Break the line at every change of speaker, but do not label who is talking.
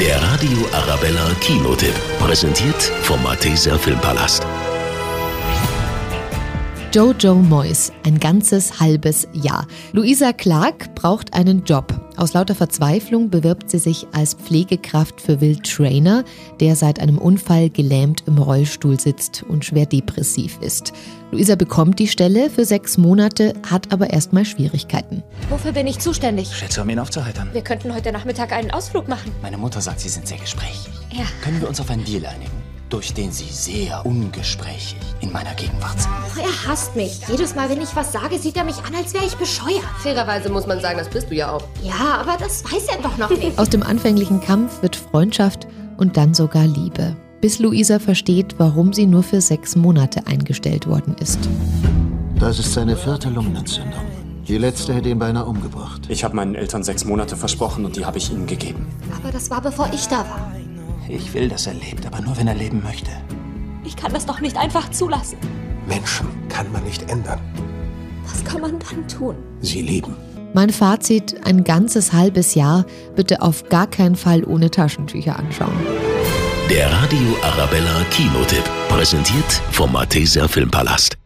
Der Radio Arabella Kinotipp. Präsentiert vom Malteser Filmpalast.
Jojo Moyes, ein ganzes halbes Jahr. Luisa Clark braucht einen Job. Aus lauter Verzweiflung bewirbt sie sich als Pflegekraft für Will Trainer, der seit einem Unfall gelähmt im Rollstuhl sitzt und schwer depressiv ist. Luisa bekommt die Stelle für sechs Monate, hat aber erstmal Schwierigkeiten.
Wofür bin ich zuständig?
Schätze, um ihn aufzuheitern.
Wir könnten heute Nachmittag einen Ausflug machen.
Meine Mutter sagt, Sie sind sehr gesprächig.
Ja.
Können wir uns auf einen Deal einigen, durch den Sie sehr ungesprächig in meiner Gegenwart sind?
Ach, er hasst mich. Jedes Mal, wenn ich was sage, sieht er mich an, als wäre ich bescheuert.
Fairerweise muss man sagen, das bist du ja auch.
Ja, aber das weiß er doch noch nicht.
Aus dem anfänglichen Kampf wird Freundschaft und dann sogar Liebe. Bis Luisa versteht, warum sie nur für sechs Monate eingestellt worden ist.
Das ist seine vierte Lungenentzündung. Die letzte hätte ihn beinahe umgebracht.
Ich habe meinen Eltern sechs Monate versprochen und die habe ich ihnen gegeben.
Aber das war, bevor ich da war.
Ich will, dass er lebt, aber nur, wenn er leben möchte.
Ich kann das doch nicht einfach zulassen.
Menschen kann man nicht ändern.
Was kann man dann tun?
Sie leben.
Mein Fazit, ein ganzes halbes Jahr bitte auf gar keinen Fall ohne Taschentücher anschauen.
Der Radio Arabella Kinotipp. Präsentiert vom Malteser Filmpalast.